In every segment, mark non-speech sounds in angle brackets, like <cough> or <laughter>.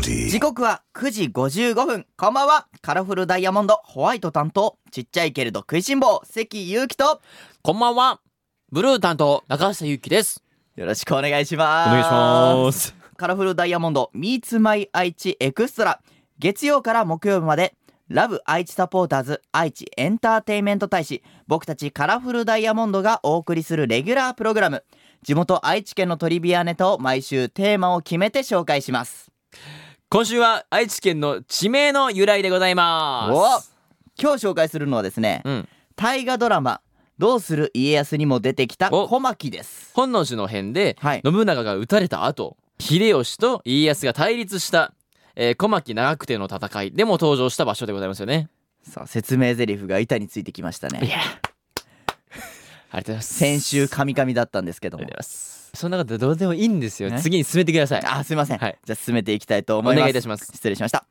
時時刻は9時55分こんばんはカラフルダイヤモンドホワイト担当ちっちゃいけれど食いしん坊関ゆうきとこんばんは。ブルー担当、中下ゆきです。よろしくお願いしますす。カラフルダイヤモンド Meets My 愛知エクストラ月曜から木曜日までラブ愛知サポーターズ愛知エンターテインメント大使僕たちカラフルダイヤモンドがお送りするレギュラープログラム地元愛知県のトリビアネタを毎週テーマを決めて紹介します今週は愛知県の地名の由来でございます。今日紹介するのはですね、うん。大河ドラマ「どうする家康」にも出てきたお小牧です本能寺の変で、はい信長が討たれた後、秀吉と家康が対立した、えー小牧長久手の戦いでも登場した場所でございますよね。さあ説明台詞が板についてきましたねや。ありがとうございます。先週あカミカミだったんですけどりもがとうございます。そんなことどうでもいいんですよ。ね次に進めてください。あすいません、はいじゃあ進めていきたいとお思います願いいたします。失礼しました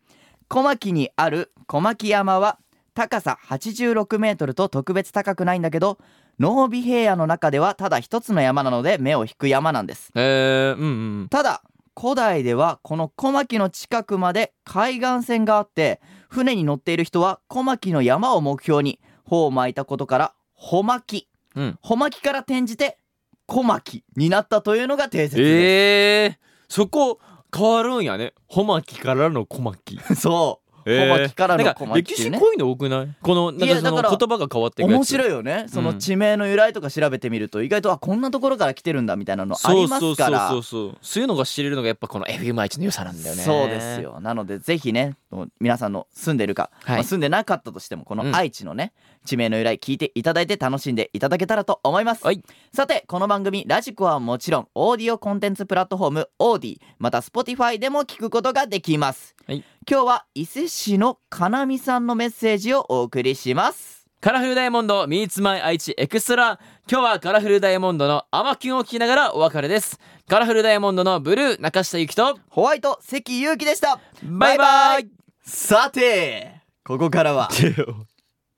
小牧にある小牧山は高さ86メートルと特別高くないんだけど濃尾平野の中ではただ一つの山なので目を引く山なんですえー、うんうん。ただ古代ではこの小牧の近くまで海岸線があって船に乗っている人は小牧の山を目標に帆を巻いたことから穂巻、うん穂巻から転じて小牧になったというのが定説でええそこ変わるんやね。小牧からの小牧。す、そう <laughs> 小牧からの小牧なんか歴っていう史ね濃いの多くない？このなんいやかそのだから言葉が変わっていくやつ。面白いよねその地名の由来とか調べてみると意外とあこんなところから来てるんだみたいなのあそりうまそうすそかうらそうそう。そういうのが知れるのがやっぱこの FMH の良さなんだよね。そうです。よなのでぜひねもう皆さんの住んでるか、はいまあ住んでなかったとしてもこうのん愛知のね、地名の由来聞いていただいて楽しんでいただけたらと思います、はいさてこの番組ラジコはもちろんオーディオコンテンツプラットフォームオーディまた Spotify でも聞くことができます、はい今日は伊勢市のかなみさんのメッセージをお送りしますカラフルダイヤモンド Meets My 愛知エクストラ。今日はカラフルダイヤモンドのアマキュンを聞きながらお別れです。カラフルダイヤモンドのブルー中下ゆきとホワイト関裕貴でしたバイバイ。さてここからは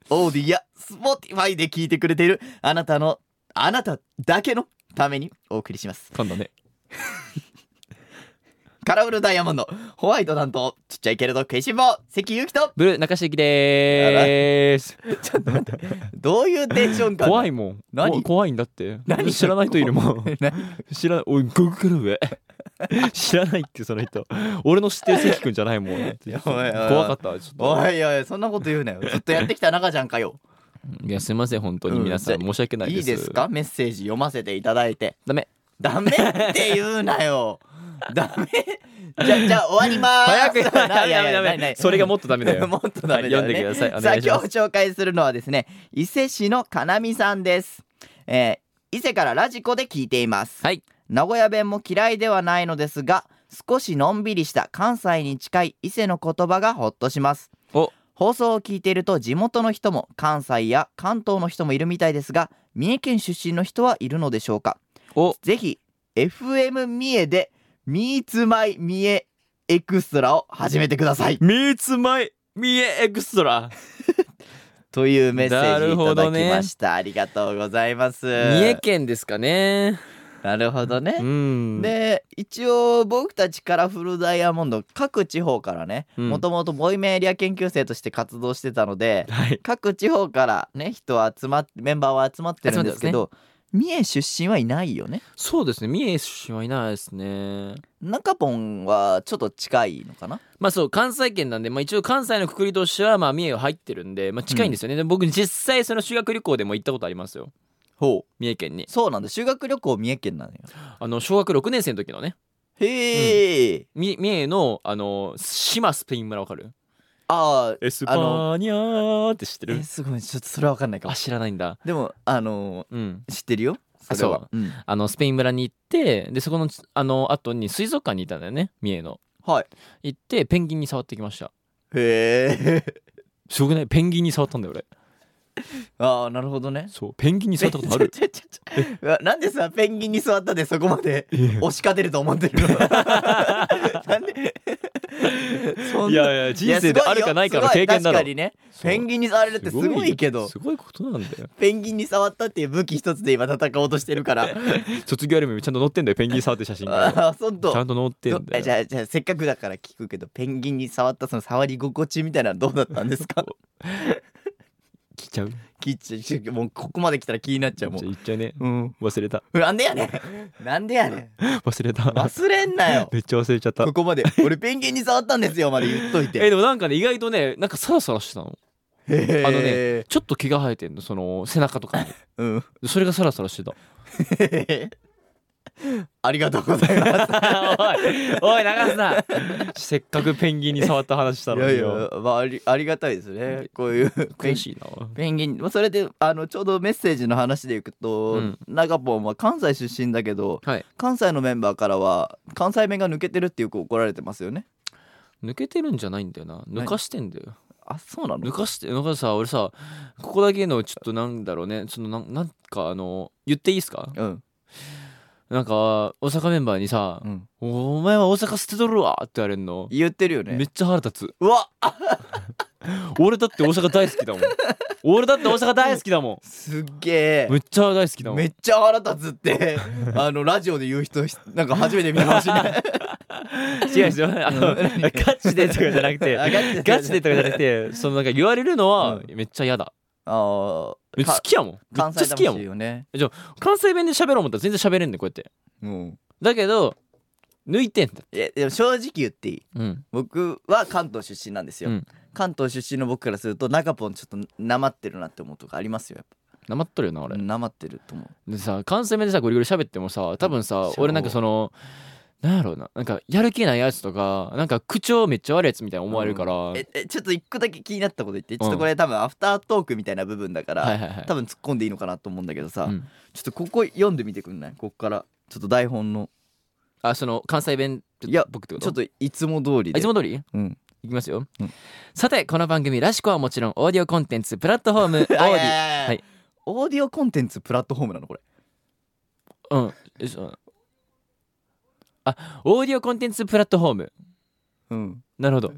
オーディやスポティファイで聞いてくれているあなたのあなただけのためにお送りします今度ね。カラフルダイヤモンドホワイト担当ちっちゃいけれど食いしん坊関ゆきとブルー中下ゆきでーす。ちょっと待ってどういうテンション感怖いももん。何こ怖いんだって。何知らない人いるもん。 <laughs> ん知らないおいここから <laughs> 上知らないってその人俺の知ってる関君じゃないもん <laughs> やおいおいおい怖かったちょっとおいおいそんなこと言うなよずっとやってきた中じゃんかよいやすいません本当にうん皆さんじゃ申し訳ないいでいすですかメッセージ読ませていただいてダメダメって言うなよダメじゃじゃあ終わりまーす早くダ <laughs> メ <laughs> いやいやダメないなダメいそれがもっとダメだ <laughs> よもっとダメだよ、ねはい読んでくださいおさあ願いし今ま日す紹介するのはですね伊勢市のかなみさんです、えー伊勢からラジコで聞いていますはい名古屋弁も嫌いではないのですが少しのんびりした関西に近い伊勢の言葉がほっとしますお放送を聞いていると地元の人も関西や関東の人もいるみたいですが三重県出身の人はいるのでしょうかおぜひ FM 三重で「Meets My 三重エクストラ」を始めてください三つ前三重エクストラというメッセーなジるいたほだどきねました、ありがとうございます三重県ですかねなるほどうね、んで一応僕たちカラフルダイヤモンド各地方からねうんもともとボイメエリア研究生として活動してたのではい各地方からね人は集まっメンバーは集まってるんですけど三重出身はいないよねそうですね三重出身はいないですね中ポンはちょっと近いのかなまあそう関西圏なんで、まあ、一応関西のくくりとしてはまあ三重が入ってるんで、まあ、近いんですよね、で僕実際その修学旅行でも行ったことありますよほう三重県にそうなんだ修学旅行三重県なのよあの小学6年生の時のねへえ、み三重のあの島スペイン村わかるあエスパニャーって知ってーえすごいちょっとそれは分かんないかもあ知らないんだでもあのーうん知ってるよそれはあそうんあのスペイン村に行ってでそこのあの後に水族館にいたんだよね三重のはい行ってペンギンに触ってきましたへえすごくないペンギンに触ったんだよ俺 <laughs> ああなるほどねそうペンギンに触ったこと <laughs> あるちょちょちょちょうわなんでさペンギンに座ったでそこま <laughs> <laughs> <laughs> で押し勝てると思ってるのなんでそんいやいや人生であるかないかの経験だろすごいよすごい確かにねペンギンに触れるってすごいけどすごいことなんだよペンギンに触ったっていう武器一つで今戦おうとしてるから卒業アルバムにちゃんと載ってんだよペンギン触ってる写真がああそんとちゃんと載ってんだどじよゃあじゃあせっかくだから聞くけどペンギンに触ったその触り心地みたいなのどうだったんです <laughs> か来ちゃうじ聞いちゃうもうここまで来たら気になっちゃゃうあもん言っちゃうねうん忘れたなんでやねんなんでやねん忘れた忘れんなよ <laughs> めっちゃ忘れちゃっ <laughs> たここ <laughs> まで俺ペンギンに触ったんですよまで言っといてえでもなんかね意外とねなんかサラサラしてたのへーあのねちょっと毛が生えてんのその背中とかにうん <laughs> それがサラサラしてた <laughs> ありがとうございますおいおい流すなせっかくペンギンに触った話し <laughs> たいのやにいや、まあ、ありありがたいですねこういうペン悔しいなペンギンまあそれであのちょうどメッセージの話でいくと、うん長ポンは関西出身だけどはい関西のメンバーからは関西弁が抜けてるってよく怒られてますよね抜けてるんじゃないんだよな抜かしてんだよあそうなの抜かしてなんかさ俺さここだけのちょっとなんだろうねそのなんなんかあの言っていいですかうんなんか大阪メンバーにさう、んお前は大阪捨てとるわ」って言われんの、言ってるよねめっちゃ腹立つうわあ俺だって大阪大好きだもん <laughs> 俺だって大阪大好きだもすっげえんめっちゃ大好きだもんめっちゃ腹立つって <laughs> あのラジオで言う人なんか初めて見たかもしれない違う違うあの <laughs> ガチでとかじゃなくてあガチでガチでとかじゃなくてそのなんか言われるのはうめっちゃ嫌だあーめっちゃ好きやもんめっ関ちゃ西好きやも魂んよね関西弁で喋ろう思ったら全然喋れんねんこうやってうんだけど抜いてんだいやでも正直言っていいうん僕は関東出身なんですよ、うん関東出身の僕からすると中ポンちょっとなまってるなって思うとかありますよやっなまっとるよなぱ俺なまってると思でさ関西弁でさゴリゴリ喋ってもさ多分さそう俺なんかそのなんやろうななんかやる気ないやつとかなんか口調めっちゃ悪いやつみたいに思われるから、うええちょっと一個だけ気になったこと言ってちょっとこれ多分アフタートークみたいな部分だから、はいはいはい多分突っ込んでいいのかなと思うんだけどさ、うんちょっとここ読んでみてくんないこっからちょっと台本のあその関西弁っていや僕ってことちょっといつも通りあでいつも通り <laughs> うんいきますよ、うんさてこの番組らしくはもちろんオーディオコンテンツプラットフォー <laughs> ムオーデあいやいィやいやはいオーディオコンテンツプラットフォームなのこれうんよいしょあオーディオコンテンツプラットフォームうんなる <laughs> ほど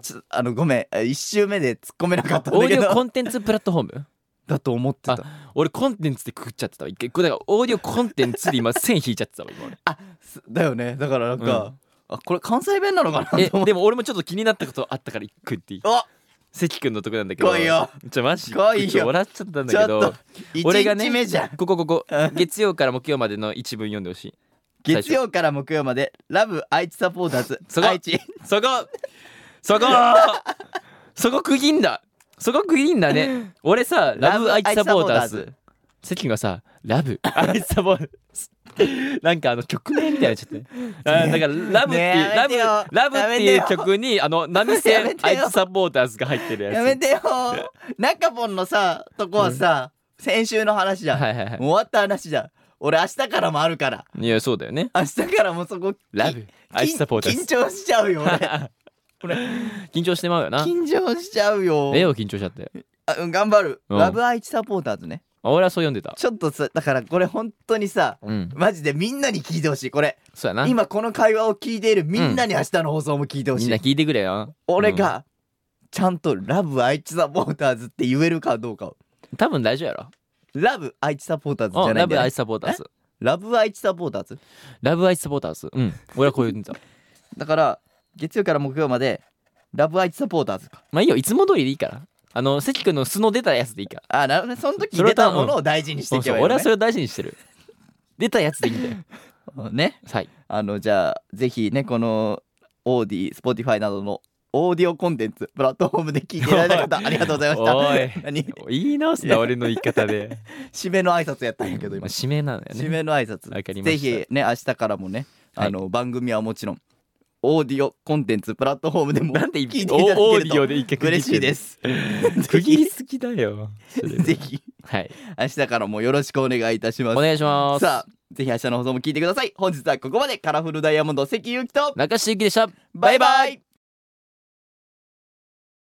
ちょあのごめん1周目で突っ込めなかったんオーだけディオコどンテンツプラットフォームだと思ってた俺コンテンツでくくっちゃってたわ結構だからオーディオコンテンツで今線引いちゃってたわ今俺すだよねだからなんか、あこれ関西弁なのかなと <laughs> え思ってでも俺もちょっと気になったことあったから一個言っていいあ関君のとこなんだけど来いよちょマジ来いよちょ笑っちゃったんちだょけっとど俺1がね日目じゃん、ここここうん月曜から木曜までの一文読んでほしい月曜から木曜までラブ愛知サポーターズそこ愛知そこ <laughs> そこそこ区切んだそこ区切んだね俺さラブアイチサポーターズ関君がさラブアイチサポーターズなんかあの曲名みたいになっちゃってあだからラブっていう、ねえやめてよラブラブっやていうめてよ曲にあの波やめ線てアイよチサポーターズが入ってるやつやめてよ中ポンのさとこはさ、先週の話じゃん、はいはいはいもう終わった話じゃん俺明日からもあるからいやそうだよね明日からもそこラブアイチサポーターズ緊張しちゃうよ <laughs> 俺俺緊張してまうよな緊張しちゃうよ絵を緊張しちゃってあうん頑張る、うんラブ愛知サポーターズねあ俺はそう読んでたちょっとさだからこれ本当にさうんマジでみんなに聞いてほしいこれそうやな今この会話を聞いているみんなに明日の放送も聞いてほしみんい、な聞いてくれよ俺、がちゃんと「ラブ愛知サポーターズ」って言えるかどうかをうん多分大丈夫やろラブ愛知サポーターズじうゃんないラんだブよアねイチサポーターズラブ愛知サポーターズラブアイチサポーターズうん俺はこう言うんだだから月曜から木曜まで「ラブ愛知サポーターズか」 <laughs> まあいいよいつも通りでいいからあの関君の素の出たやつでいいからあなるほどねその時それ出とはたものを大事にしていけばいい、ね、俺はそれを大事にしてる出たやつでいいんだよねはいあのじゃあぜひねこのオーディスポティファイなどのオーディオコンテンツプラットフォームで聞いていただいた方ありがとうございま <laughs> したおい何言い直すな俺の言い方 <laughs> で締めの挨拶やったんやけど今まあ指名なのよ締ねめの挨拶わかりまぜしたひね明日からもねはいあの、番組はもちろんオーディオコンテンツプラットフォームでもなんで聞いていただけるオーディオとで一回区切ってんの嬉しい <laughs> です <laughs> 区切りすぎだよそれぜひ <laughs> はい明日からもよろしくお願いいたしまおす願いしますさあぜひ明日の放送も聞いてください本日はここまでカラフルダイヤモンド関ゆきと中志ゆきでしたバイバイ